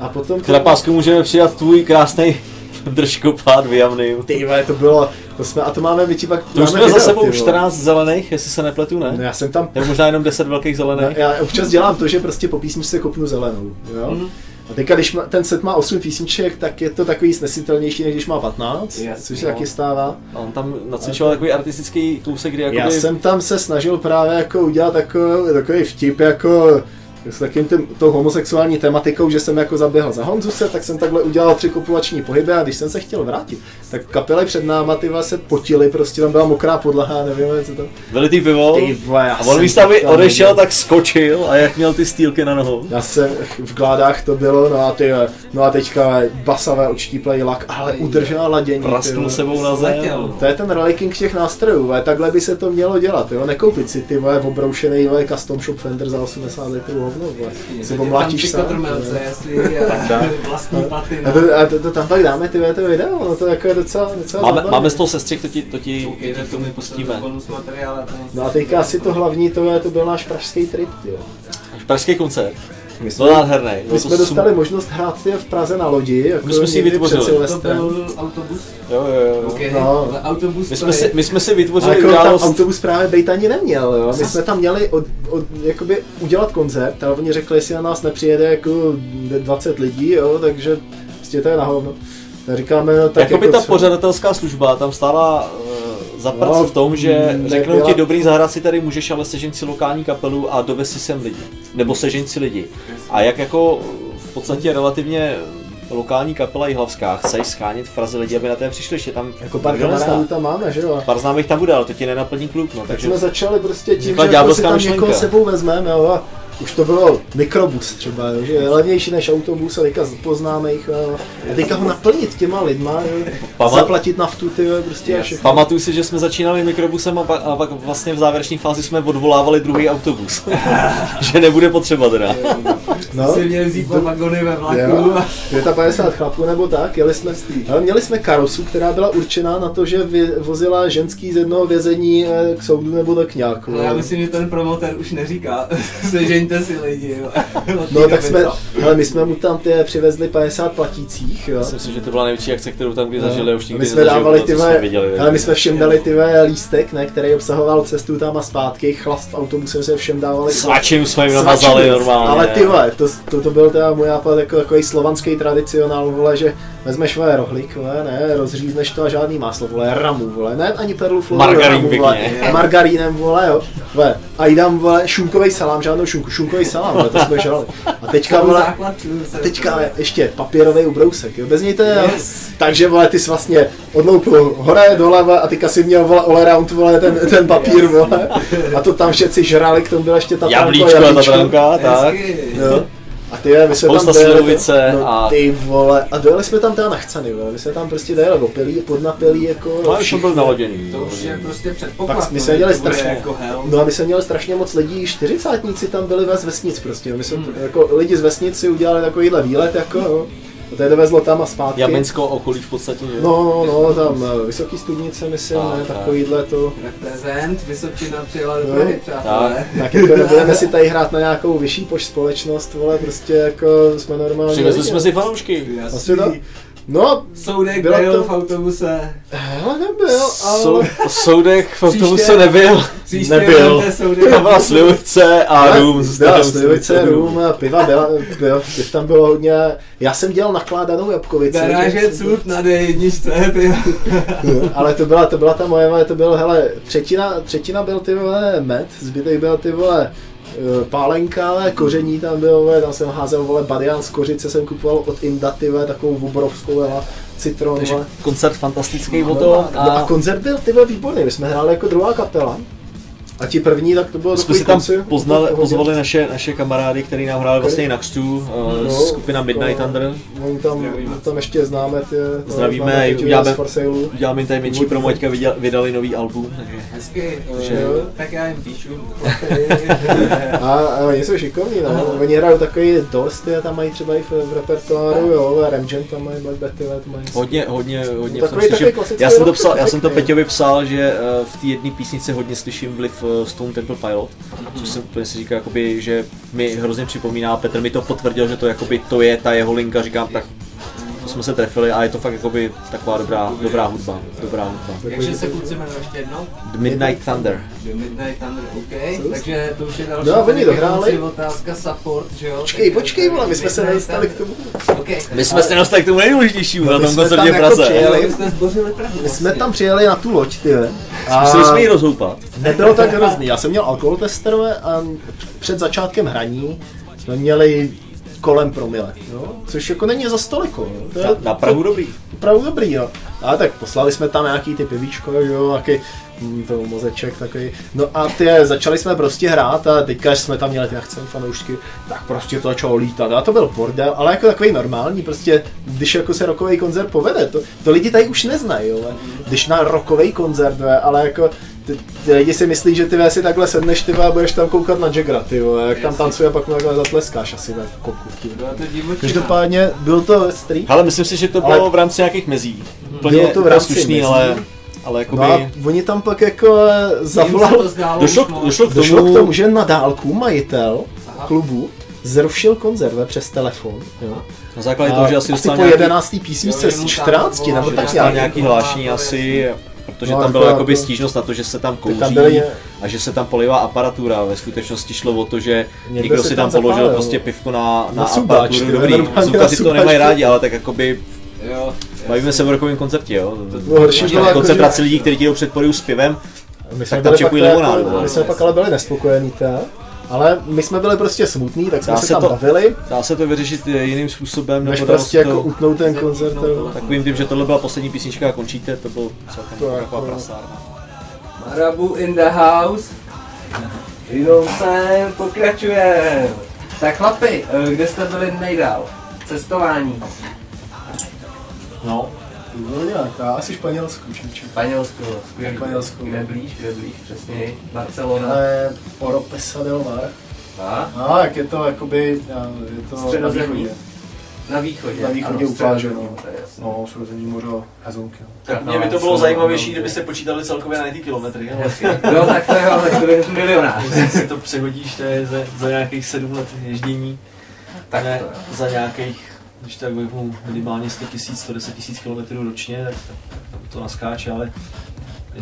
A potom... K trapásku můžeme přidat tvůj krásný [LAUGHS] držkopád vyjavný. Ty vole, to bylo, to jsme, a to máme my ti pak... To máme už jsme za video, sebou ty vole. 14 zelených, jestli se nepletu, No, ne? já jsem tam Nebo možná jenom 10 velkých No, zelených. já občas dělám to, že prostě po písničce kopnu zelenou. Jo? Mhm. A teďka, když má, ten set má 8 písniček, tak je to takový snesitelnější, než když má 15, Jasně, což se no. taky stává. A on tam nacvičoval takový artistický kousek, kdy Já jakoby... jsem tam se snažil právě jako udělat takový, takový vtip jako s takovým tím, tou homosexuální tematikou, že jsem jako zaběhl za Honzuse, tak jsem takhle udělal tři kopulační pohyby a když jsem se chtěl vrátit, tak kapely před náma ty vole, se potily, prostě tam byla mokrá podlaha, nevím, co tam. Velitý pivo. Ty vole, já A on jsem místo, aby tam odešel, nebyl. tak skočil a jak měl ty stýlky na nohou. Já jsem v gládách to bylo, no a ty, no a teďka basavé odštíplej lak, ale udržela ladění. ty Prasknul vole. sebou na Letěl. zem. To je ten reliking těch nástrojů, ale takhle by se to mělo dělat, jo? Nekoupit si ty vole obroušený vole custom shop Fender za 80 litrů hovno, vole. Si pomlátíš sám. sám. Kotrmelce, vole. jestli tak. eh, vlastní A patina. to, a to, to, tam pak dáme ty vole, to video, no to jako je docela, docela Máme, zábavný. máme z toho sestřih, to ti, to ti, Ok, to ti k tomu tak pustíme. bonus materiál a to nic. No a teďka asi to hlavní, to, je, to byl náš pražský trip, jo. Pražský koncert. My Byl nádherný. my Byl No to jsme sum- dostali možnost hrát je v Praze na lodi, jako My jsme si ji někdy před vytvořili. To Silvestrem. byl autobus? Jo, jo, jo. Ok, No. ale autobus to My jsme, je- si, my jsme si Ale vytvořili jako tam událost. autobus právě Bejt ani neměl, jo. My jsme tam měli od, od, jakoby udělat koncert, ale oni řekli, jestli na nás nepřijede jako 20 lidí, jo, takže prostě to je na hovno. Tak říkáme, no, tak Jakoby Jako ta co- pořadatelská služba tam stála eh, za prd No, v tom, že mm, řeknou nebyla- ti dobrý zahrát si tady můžeš, ale sežen si lokální kapelu a dovez si sem lidi. Nebo sežen si lidi. A jak jako v podstatě relativně lokální kapela Jihlavská chce schánit v Praze lidi, aby na té přišli, že tam Jako pár kdo nezná. kamarádů tam máme, že jo. Pár známých tam bude, ale to ti nenaplní klub, no, Tak takže jsme začali prostě tím, Vznikla že jako si ďábelská tam myšlenka. někoho sebou vezmeme, jo. A už to bylo mikrobus třeba, jo, že je levnější než autobus a teďka poznáme jich. jo. A teďka ho naplnit těma lidma, jo. Pamat- zaplatit naftu, ty jo, prostě a Yes. všechno. Pamatuju si, že jsme začínali mikrobusem a pak, a pak vlastně v závěrečné fázi jsme odvolávali druhý autobus. [LAUGHS] že nebude potřeba teda. No. Si měli vzít dva vagony ve vlaku. Jo, a- 250 chlapů nebo tak, jeli jsme ale měli jsme karosu, která byla určená na to, že vy- vozila ženský z jednoho vězení eh, k soudu nebo tak nějak. Ale No, já myslím, že ten promoter už neříká, [LAUGHS] sežeňte si lidi, jo. [LAUGHS] Od té No tak doby, jsme, co? ale my jsme mu tam ty přivezli 50 platících, jo. Myslím si, že to byla největší akce, kterou tam kdy zažili, a už A nikdy No, my jsme nezažiju, dávali to ty jsme vole- viděli, ale my jsme všem dali ty vole lístek, ne, který obsahoval cestu tam a zpátky, chlast autobusem se všem dávali. Svačinu jsme jim Svačinu. namazali normálně. Ale ty vole, to, to, to byl teda můj nápad jako takový slovanský tradicionál, vole, že vezmeš vole rohlík, vole, ne, rozřízneš to a žádný máslo, vole, ramu, vole, ne, ani perlu floru, Margarín ramu, pěkně. vole, margarínem, vole, jo, vole, a jdám, vole, šunkový salám, žádnou šunku, šunkový salám, vole, to jsme žrali. A teďka, Celou vole, základku a jsem- teďka ale ještě papírový ubrousek, jo? bez něj to je, Yes. takže vole, ty jsi vlastně odloupil hore, doleva a teďka si měl vole all around vole, ten, ten papír vole. a to tam všetci žrali, k tomu byla ještě ta Jablíčko a tabranka, tak. Hezky. Jo. A ty je, my jsme tam Spousta dojeli, slivovice no, a- ty vole, a dojeli jsme tam teda na chcany, vole. my jsme tam prostě dojeli opilí, podnapilí, jako No, už jsem byl naloděný. To už je prostě předpoklad. Tak my no, jsme že dělali to bude strašně. Jako hell. No a my jsme měli strašně moc lidí, čtyřicátníci tam byli ve z vesnic prostě, my jsme, Hmm. jako lidi z vesnic si udělali takovýhle výlet, jako, jo. A to je dovezlo tam a zpátky. Jaminsko okolí v podstatě, že? No, no, tam eh, Vysoký studnice, myslím, Tak, ne, tak. takovýhle to. Reprezent, Vysočina přijela do No. Prahy, přátelé. Tak jako nebudeme si tady hrát na nějakou vyšší poš společnost, vole, prostě jako jsme normální. Přivezli lidi. jsme si fanoušky. Jasný. Asi tak. No, Soudek Bylo byl to- v autobuse. hele, nebyl, Sou- ale... Soudek v autobuse Příště- [LAUGHS] nebyl. Příště Nebyl. vemte soudek. Tam byla slivice a rum. Byla slivice, rum, a piva, byla, piva, piv tam bylo hodně. Já jsem dělal nakládanou jabkovici. Garáže že jsem- cud na D1, [LAUGHS] [LAUGHS] Ale to byla, to byla ta moje, vole, to byl, hele, třetina, třetina byl ty vole med, zbytek byl ty vole eh, pálenka, ale koření tam bylo, vole, tam jsem házel vole badián z kořice, jsem kupoval od Inda, ty vole, takovou obrovskou, vole, citron, Takže vole. koncert fantastický o No to a a koncert byl ty vole výborný, my jsme hráli jako druhá kapela. A ti první, tak to bylo jsme takový si tam kluci. poznali, pozvali naše, naše kamarády, který nám hráli vlastně i na křtu, eh, No, skupina Midnight jako- Thunder. Oni tam, Zdravíme. tam ještě známe ty... Zdravíme, známe ty uděláme- z For Sale. Uděláme jim tady menší promo, teďka viděl- vydali nový album, takže Hezky, Že eh, jo? tak já jim [LAUGHS] píšu. A, a oni jsou šikovní, no. Oni hrajou takový Doors, ty tam mají třeba i v, v repertoáru, jo, a Ramjam tam mají, Black Betty, tam mají. Hodně, hodně, hodně v tom Takový slyším. taky klasický Já jsem to, rock, psal, já taky jsem to pěkný. Peťovi psal, že eh, v té jedné písnice hodně slyším vliv eh, Stone Temple Pilot, což jsem úplně si říkal, jakoby, že mi hrozně připomíná, Petr mi to potvrdil, že to, jakoby, to je ta jeho linka, říkám, tak to jsme se trefili a je to fakt jakoby taková dobrá, dobrá hudba, dobrá hudba. Takže se kluci jmenuje ještě jedno? The Midnight Thunder. The Midnight Thunder, OK. Co? Takže to už je další. No a oni tady ke dohráli. konci Otázka support, že jo? Počkej, Takže počkej, tady vole, my jsme se Midnight nedostali k Thunder. tomu. OK. My jsme se dostali k tomu nejdůležitějšímu No, na my tom jsme koncertě v tam jako Praze. přijeli. Ale my jsme zbořili pravdu. vlastně. My jsme tam přijeli na tu loď, ty ve. A Museli jsme ji rozhoupat. nebylo tak hrozný. Já jsem měl alkohol testerové a před začátkem hraní jsme měli kolem promile, jo? což jako není za stoliko. Jo? To je, Na, na Prahu dobrý. opravdu dobrý, jo. A tak poslali jsme tam nějaký ty pivíčko, jo, taky mm, to mozeček takový. No a ty, začali jsme prostě hrát a teďka, že jsme tam měli ty akce fanoušky, tak prostě to začalo lítat. A to byl bordel, ale jako takový normální, prostě, když jako se rokový koncert povede, to, to lidi tady už neznají, jo. ale Když na rokový koncert, ve, ale jako ty, ty, lidi si myslí, že ty ve, si takhle sedneš ty ve, a budeš tam koukat na Jagra, ty vole, jak tam Jasně. tancuje a pak mu takhle zatleskáš asi ve koku. ty vole. Byla to divočina. Každopádně byl to street Ale myslím si, že to Ale- Mhm. bylo v rámci nějakých mezí. Plně Bylo to v rámci slušný, mezí. ale, ale jakoby... No a oni tam pak jako eh, Jim se to zavolal, zdálo Došlo, už moc. k- došlo, k tomu, došlo k tomu, že na dálku majitel Aha. klubu zrušil konzerve přes telefon. Jo. na základě toho, že asi asi dostal po nějaký, 11. písničce Jo, z jemu tam 14, volal, nebo že dostal tak dostal nějak. nějaký hlášení asi, protože No, tam jako byla jakoby jako- stížnost na to, že se tam tam kouří byly- a že se tam polivá aparatura. Ve skutečnosti šlo o to, že Někdo někdo si si tam tam položil zapálil. prostě pivko na, na, Na subač, aparaturu. ty, Dobrý, normálně na Zubaři to subač, nemají ty. rádi, ale tak jakoby Jo. bavíme se v rokovém koncertě, jo. bylo horší, Máš bylo tam jako, koncentraci že- lidí, kteří ti jdou před podiu s pivem, My tak jsme, tam byli pak, čekují limonádu, jako, no. my jsme pak ale byli nespokojení, ta. ale my jsme byli prostě smutní, tak jsme Dá se se tam to- bavili, dá se to vyřešit eh, jiným způsobem, než nebo dá prostě se jako to utnout ten koncert. jo. takovým tím, že tohle byla poslední písnička a končíte, to bylo celkem To taková jako- prasárna. Rabu in the house. Jenom sem, pokračuje. Tak chlapi, eh, kde jste byli nejdál? Cestování, No, No nějak, já asi španělskou číču. Španělsko, skvělý. Španělsko. Kde blíž, kde blíž, přesně, Barcelona. Ale Oropesa del Mar. A? No, jak je to jakoby, eh, je to na Středozemí. východě. Na východě. Na východě Ano, u pláže, středozemí, no. to je jasné. No, srození moře, hezonky. Tak Mně by to bylo zajímavější, [LAUGHS] kdyby se počítali celkově na ty kilometry, ale [LAUGHS] No tak to jo, tak to je milionář. si to přehodíš, to je za, za nějakých sedm let ježdění, Tak ne to jo. za nějakých, když tak vezmu minimálně 100 tisíc, 110 tisíc kilometrů ročně, tak to, tam to naskáče, ale Mhm.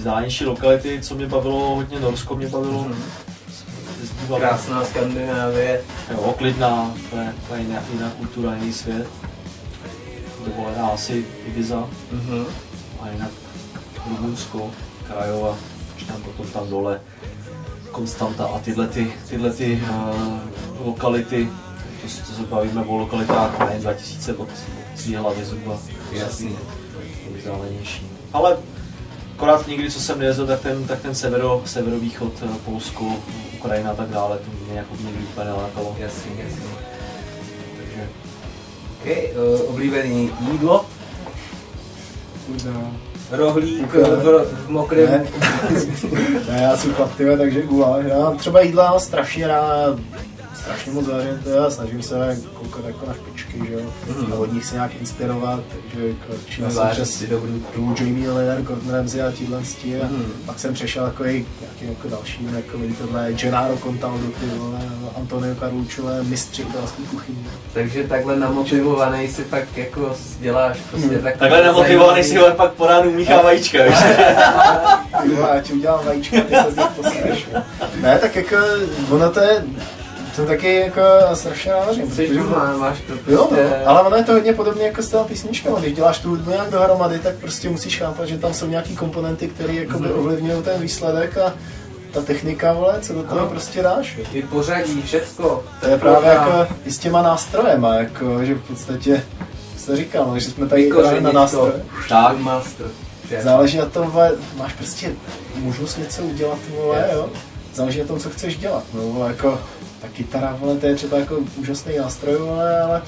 zdálnější lokality, co mě bavilo hodně Norsko, mě bavilo, jezdí hlava. Krásná Skandinávie. Jo, klidná, to je, to je jiná, jiná kultura, jiný svět. Dovolená asi Ibiza Mhm. a jinak Rumunsko, Krajova, až tam potom tam dole Konstanta a tyhle ty, tyhle ty uh, lokality, to, se- to se bavíme o lokalitách na 2000 od, od tří hlavy zhruba. Jasně. To je Vzdálenější. Ale akorát nikdy, co jsem nejezdil, tak ten, tak ten severo, severovýchod, eh, Polsko, Ukrajina a tak dále, to mě jako nikdy úplně nelákalo. Jasně, jasně. Takže OK, eh, oblíbený jídlo? Kurda. Rohlík Kuka. eh, v, v mokrém... Ne. Ne, já jsem chlap, tyhle, takže guláš. Já třeba jídla mám strašně rád, strašně moc orientuju, já snažím se koukat jako na špičky, že jo, Mhm. a od nich se nějak inspirovat, takže jako čím jsem Navážet přes si dobrý tu Jamie Lillard, Gordon Ramsay a tíhle stí, a Mhm. pak jsem přešel jako i k nějakým jako dalším, jako vidí tohle, Gennaro Contaldo, ty vole, Antonio Carucciole, mistři italské kuchyně. Takže takhle namotivovaný si pak jako děláš prostě Hmm. tak. Takhle nemotivovaný si ho pak po ránu míchá vajíčka, víš? Ty vole, já ti udělám vajíčka, ty se z nich postavíš. Ne, tak jako, ono to je, to taky jako strašně návařím. Jsi má, máš to prostě... Jo, no, ale ono je to hodně podobně jako s tou písničkou. Když děláš tu hudbu nějak dohromady, tak prostě musíš chápat, že tam jsou nějaký komponenty, které jakoby ovlivňují ten výsledek a ta technika, vole, co do toho Ano. prostě dáš. jo. I pořadí, všecko. To je právě jako i s těma nástrojema, jako, že v podstatě se říkal, no, že jsme tady Jako, hráli na nástroje. Tak, master. Záleží na tom, vole, máš prostě možnost něco udělat, vole, jo. Záleží na tom, co chceš dělat, no, vole, jako ta kytara, vole, to je třeba jako úžasný nástroj, vole, ale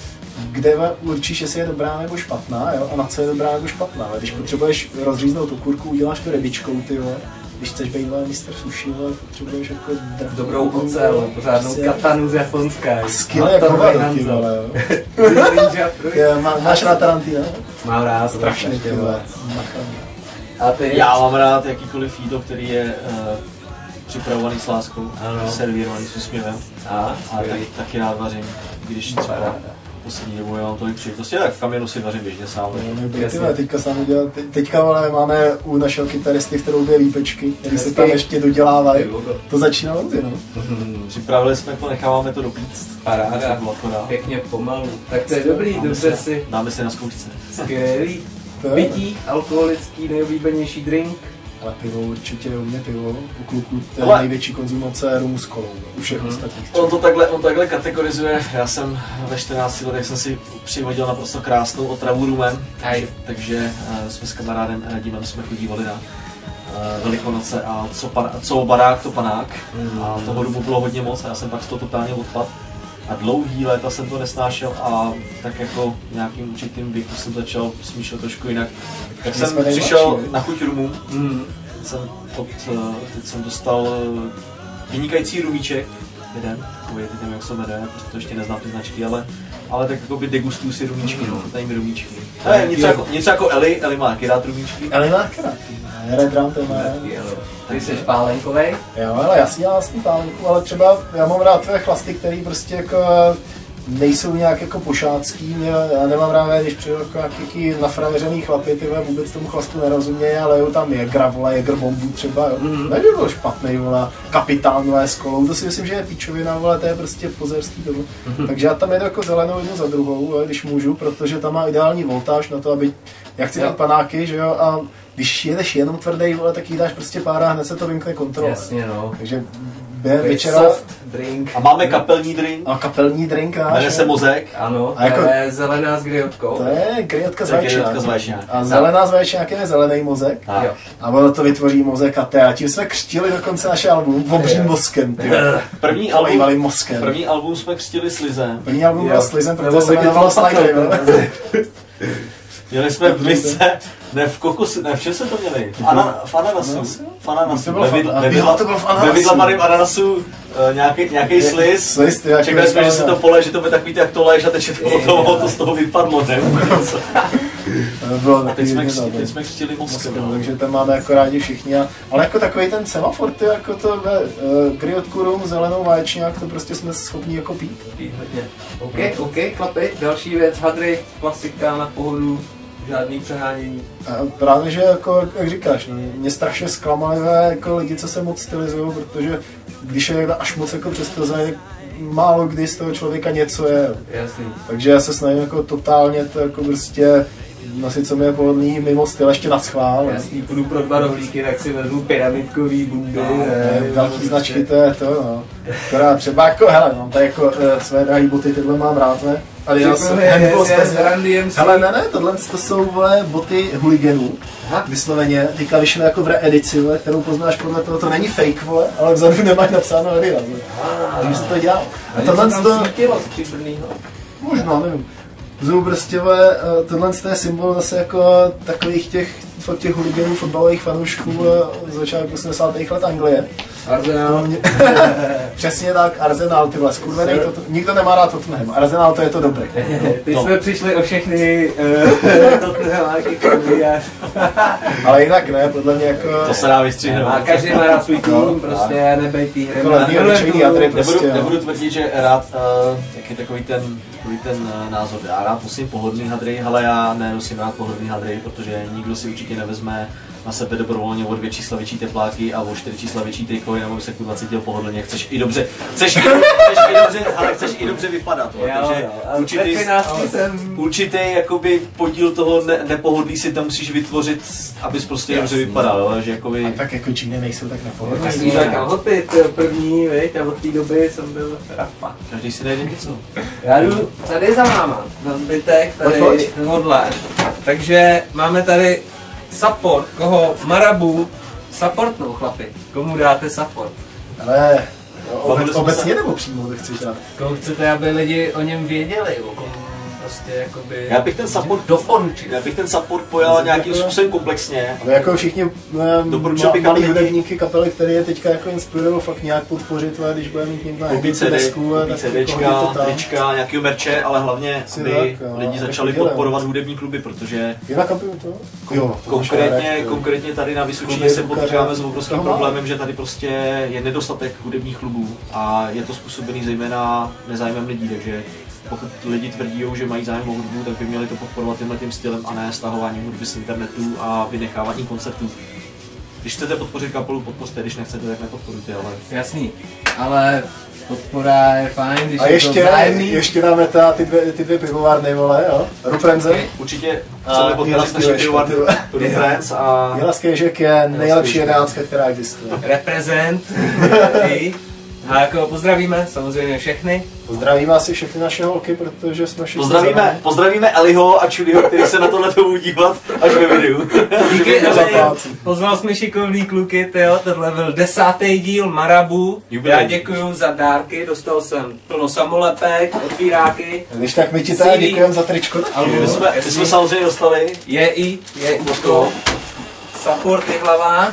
kde vole, určíš, jestli je dobrá nebo špatná, jo, a na co je dobrá nebo špatná. Ale Když potřebuješ rozříznout tu kurku, uděláš to rybičkou, ty vole. Když chceš být, vole, mistr sushi, vole, potřebuješ jako drahou Dobrou kurku, ocel, vole, pořádnou prostě katanu z Japonska. Skill jak hovado, [LAUGHS] ty vole, jo. Je, má- Máš rád Tarantina? Mám rád, Strašně, ty vole. A ty? [LAUGHS] Já mám rád jakýkoliv jídlo, který je eh, připravovaný s láskou, Ano. servírovaný s úsměvem. A, A taky, taky rád vařím, když třeba poslední dobou nemám tolik příležitostí, tak v kamionu si vařím běžně sám. Ty Jasně. vole, teďka jsem udělal, te, teďka vole, máme u našeho kytaristy v kterou dvě lípečky, které se tam ještě dodělávají. To začíná Honzi, no. Připravili jsme to, necháváme to doplít. Paráda. To bylo akorát. [LAUGHS] Pěkně pomalu. Tak to je dobrý, Dáme dobře si- si. Dáme si na zkoušce. Skvělý. To je, Pití, alkoholický nejoblíbenější drink. Ale pivo určitě, u mě pivo, u kluků to je Ale- největší konzumace rumu s kolou, no. u všech Mhm. ostatních. On to takhle, on takhle kategorizuje. Já jsem ve 14 letech jsem si přivodil naprosto krásnou otravu rumem, Aj. takže, takže eh, jsme s kamarádem Radimem jsme chodí vody na eh, Velikonoce a co, pan, co barák, to panák. Mhm. Mm. A toho rumu bylo hodně moc a já jsem pak z toho totálně odpad. A dlouhý léta jsem to nesnášel a tak jako v nějakým určitým věku jsem začal smýšlet trošku jinak. Tak My jsem jsme nejmladší, přišel ne? na chuť rumu, Mm. jsem od, eh, teď jsem dostal eh, vynikající rumíček, jeden, uvědět, nevím jak se jmenuje, protože to ještě neznám ty značky, ale, ale tak jakoby degustuju si rumíčky, no, tady mi rumíčky. Ne, něco, jako, něco jako Eli, Eli má taky rád rumíčky. Ale má krát, Red Rum to má. Ty jsi pálenkovej? Jo, ale já si dělám vlastní pánku, ale třeba já mám rád tvé chlasty, které prostě jako nejsou nějak jako pošácký, mě- já nemám rád, když přijdu jako nějaký nafraveřený chlapy, ty vole, vůbec tomu chlastu nerozumějí, ale jo, tam je vole, jegr bombu třeba, jo. Mhm. Ne, že byl špatný, vole, kapitán, vole, s kolou, to si myslím, že je píčovina, vole, to je prostě pozerský dobu. Mhm. Takže já tam jedu jako zelenou jednu za druhou, vole, když můžu, protože tam má ideální voltáž na to, aby, já chci Jo. dát panáky, že jo, a když jedeš jenom tvrdý, vole, tak jí dáš prostě pár a hned se to vymkne kontrola. Jasně no. Takže během Takový večera soft drink. A máme kapelní drink, a kapelní drink náš. jmenuje se Mozek, Ano, A jako- to je zelená s grillkou. To je griotka z to je jednotka z vaječňáku. Vaječňáku. A zelená z vaječňákem je zelený mozek. Tak. Jo. A ono to vytvoří mozek a té. A tím jsme křtili dokonce naše album obřím Jo. mozkem. Ty. vole. První Polejvali album, mozkem. první album jsme křtili slizem, První album Jo. byl Slizen, protože Nebo se taky jmenovalo Tlapatl, Slide River. měli jsme v misce, ne v kokosu, ne v čem jsme to měli, v, ana, v ananasu, v To ananasu, bylo ve, v- vidla, a ve, jo, vidla, to bylo v ve ananasu. vidlamaném ananasu eh, nějaký, nějaký sliz, Sliz, ty jako Čekali jsme, že vypadá- se to poleje, že to bude takový, jak to leješ a teče to potom, to z toho vypadlo, [LAUGHS] ne? [LAUGHS] To Bylo A teď takový jedno, jsme, kři, no. teď jsme křtili mozkem, Moskou, no. takže tam máme jako rádi všichni. A, ale jako takový ten semafor, ty jako to uh, griotku rum, zelenou vaječňák, to prostě jsme schopni jako pít. OK, OK, chlapi, další věc, hadry, klasika na pohodu, žádný přehánění. A právě, že jako, jak říkáš, no, mě strašně zklamaly jako lidi, co se moc stylizují, protože když je někdo až moc jako přestrozený, tak málo kdy z toho člověka něco je. Jasný. Takže já se snažím jako totálně to jako prostě nosit, co mi je pohodlný, mimo styl ještě na schvál. Jasný, půjdu pro dva rohlíky, tak si vezmu pyramidkový bundy. Ne, ne, Eh, velký prostě. značky to je to, no. Akorát třeba jako, hele, mám tady jako uh, své drahé boty, tyhle mám rád, ne? Ale já jsem Řekl mi, handball jestli je z special. Run DMC. Hele, ne, ne, tohle to jsou vole, boty huliganů. Aha. Vysloveně, teďka vyšly jako v reedici, vole, kterou poznáš podle toho, to není fake, vole, ale vzadu [LAUGHS] nemáš napsáno Adidas, vole. Takže se to dělal. Ah. A něco tohle tam to, svítilo no. stříbrnýho. možná, nevím. Jsou prostě, vole, eh, tohle to je symbol zase jako takových těch, fakt těch huliganů, fotbalových fanoušků eh, z začátku 80. let Anglie. Arsenal. Mě- Přesně tak, Arsenal, ty vole, skurvený, to, to, nikdo nemá rád Tottenham, Arsenal to je to dobré. Teď No. jsme přišli o všechny eh, [LAUGHS] Tottenhamáky, kluby a- Ale jinak ne, podle mě jako... To se dá vystřihnout. a každý má rád svůj No, tým, prostě nebej tým. Jako levný obličejní jadry prostě, Nebudu, jo. nebudu tvrdit, že rád, uh, jak je takový ten, takový ten uh, názor, já rád nosím pohodlný hadry, ale já nenosím rád pohodlný hadry, protože nikdo si určitě nevezme na sebe dobrovolně o dvě čísla větší tepláky a o čtyři čísla větší triko, jenom aby se ku 20 děl pohodlně. Chceš i dobře, chceš, i, chceš i dobře, ale chceš i dobře vypadat. Jo, takže určitý, jsem... určitý jakoby podíl toho ne, nepohodlí si tam musíš vytvořit, abys prostě dobře vypadal, jo, že jakoby... A tak jako džíny nejsou tak Já jsem nepohodlný. měl kalhoty, to je první, viď, a od té doby jsem byl rapa. Každý si najde něco. Já jdu tady za váma, na zbytek tady Pojď, hodle. Takže máme tady support, koho Marabu supportnou chlapi. Komu dáte support? Ale obec, Bavili jsme obecně se- nebo přímo to chceš dát? Koho chcete, aby lidi o něm věděli, o kom prostě jakoby... Já bych ten support doporučil. Já bych ten support pojal nějakým způsobem komplexně. Ale jako všichni um, Doporučil ma, bych, malí aby lidi- hudebníky kapely, které je teďka jako inspirují, fakt nějak podpořit, vole, když bude mít někdo Koupit nějakou CD, desku, vole, koupit tak jako hodit CDčka, to tam. trička, nějakýho merče, ale hlavně, Asi aby tak, jo, lidi tak začali to dělám. podporovat hudební kluby, protože Jinak kapelu to? Jo, to máš konkrétně, rád, jo. konkrétně tady na Vysočině Kluby, se potýkáme Lukáře, s obrovským toho má. problémem, že tady prostě je nedostatek hudebních klubů a je to způsobený zejména nezájmem lidí, takže pokud lidi tvrdí, že mají zájem o hudbu, tak by měli to podporovat tímhle tím stylem a ne stahováním hudby z internetu a vynecháváním koncertů. Když chcete podpořit kapelu, podpořte, když nechcete, tak nepodporujte, ale Jasný, ale podpora je fajn, když A je to ještě, vzájemný. ještě dáme ta, ty dvě, ty dvě pivovárny, vole, jo? Rupenze. Určitě A chceme podpořit Jelasky naše Ježek, pivovarny ty vole. Tudy Friends a Jelaska Ježek je nejlepší Ježek. jedenáctka, která existuje. [LAUGHS] Reprezent. hej. A jako pozdravíme samozřejmě všechny. Pozdravíme asi všechny naše holky, protože jsme všichni pozdravíme, pozdravíme Eliho a Čuliho, který se na tohle budou dívat až ve videu. Díky, za Eli. práci. Pozval jsme šikovný kluky, tyjo, tohle byl desátý díl Marabu. Jubilej. Já děkuju za dárky, dostal jsem plno samolepek, otvíráky. Když tak my ti tady Sílí. děkujeme za tričko. My jsme, my jsme samozřejmě dostali Je i, je i to. Support je hlava.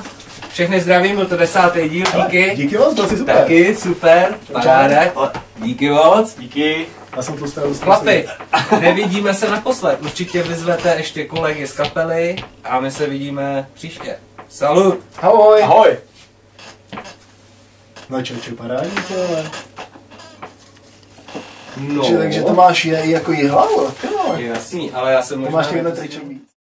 Všechny zdravím, byl to desátý díl, díky. Díky moc, byl jsi super. Taky, super, paráda. ale Díky moc. díky. Já jsem tlustý, tlustý. Chlapi, [LAUGHS] nevidíme se naposled. Určitě vyzvete ještě kolegy z kapely a my se vidíme příště. Salut! Ahoj. Ahoj! No čo, čo, parádní to, ale. No, Že, takže to máš je, jako jihlavu, ty vole. jasný, ale já jsem To možná... máš někde nepustil- triček víc.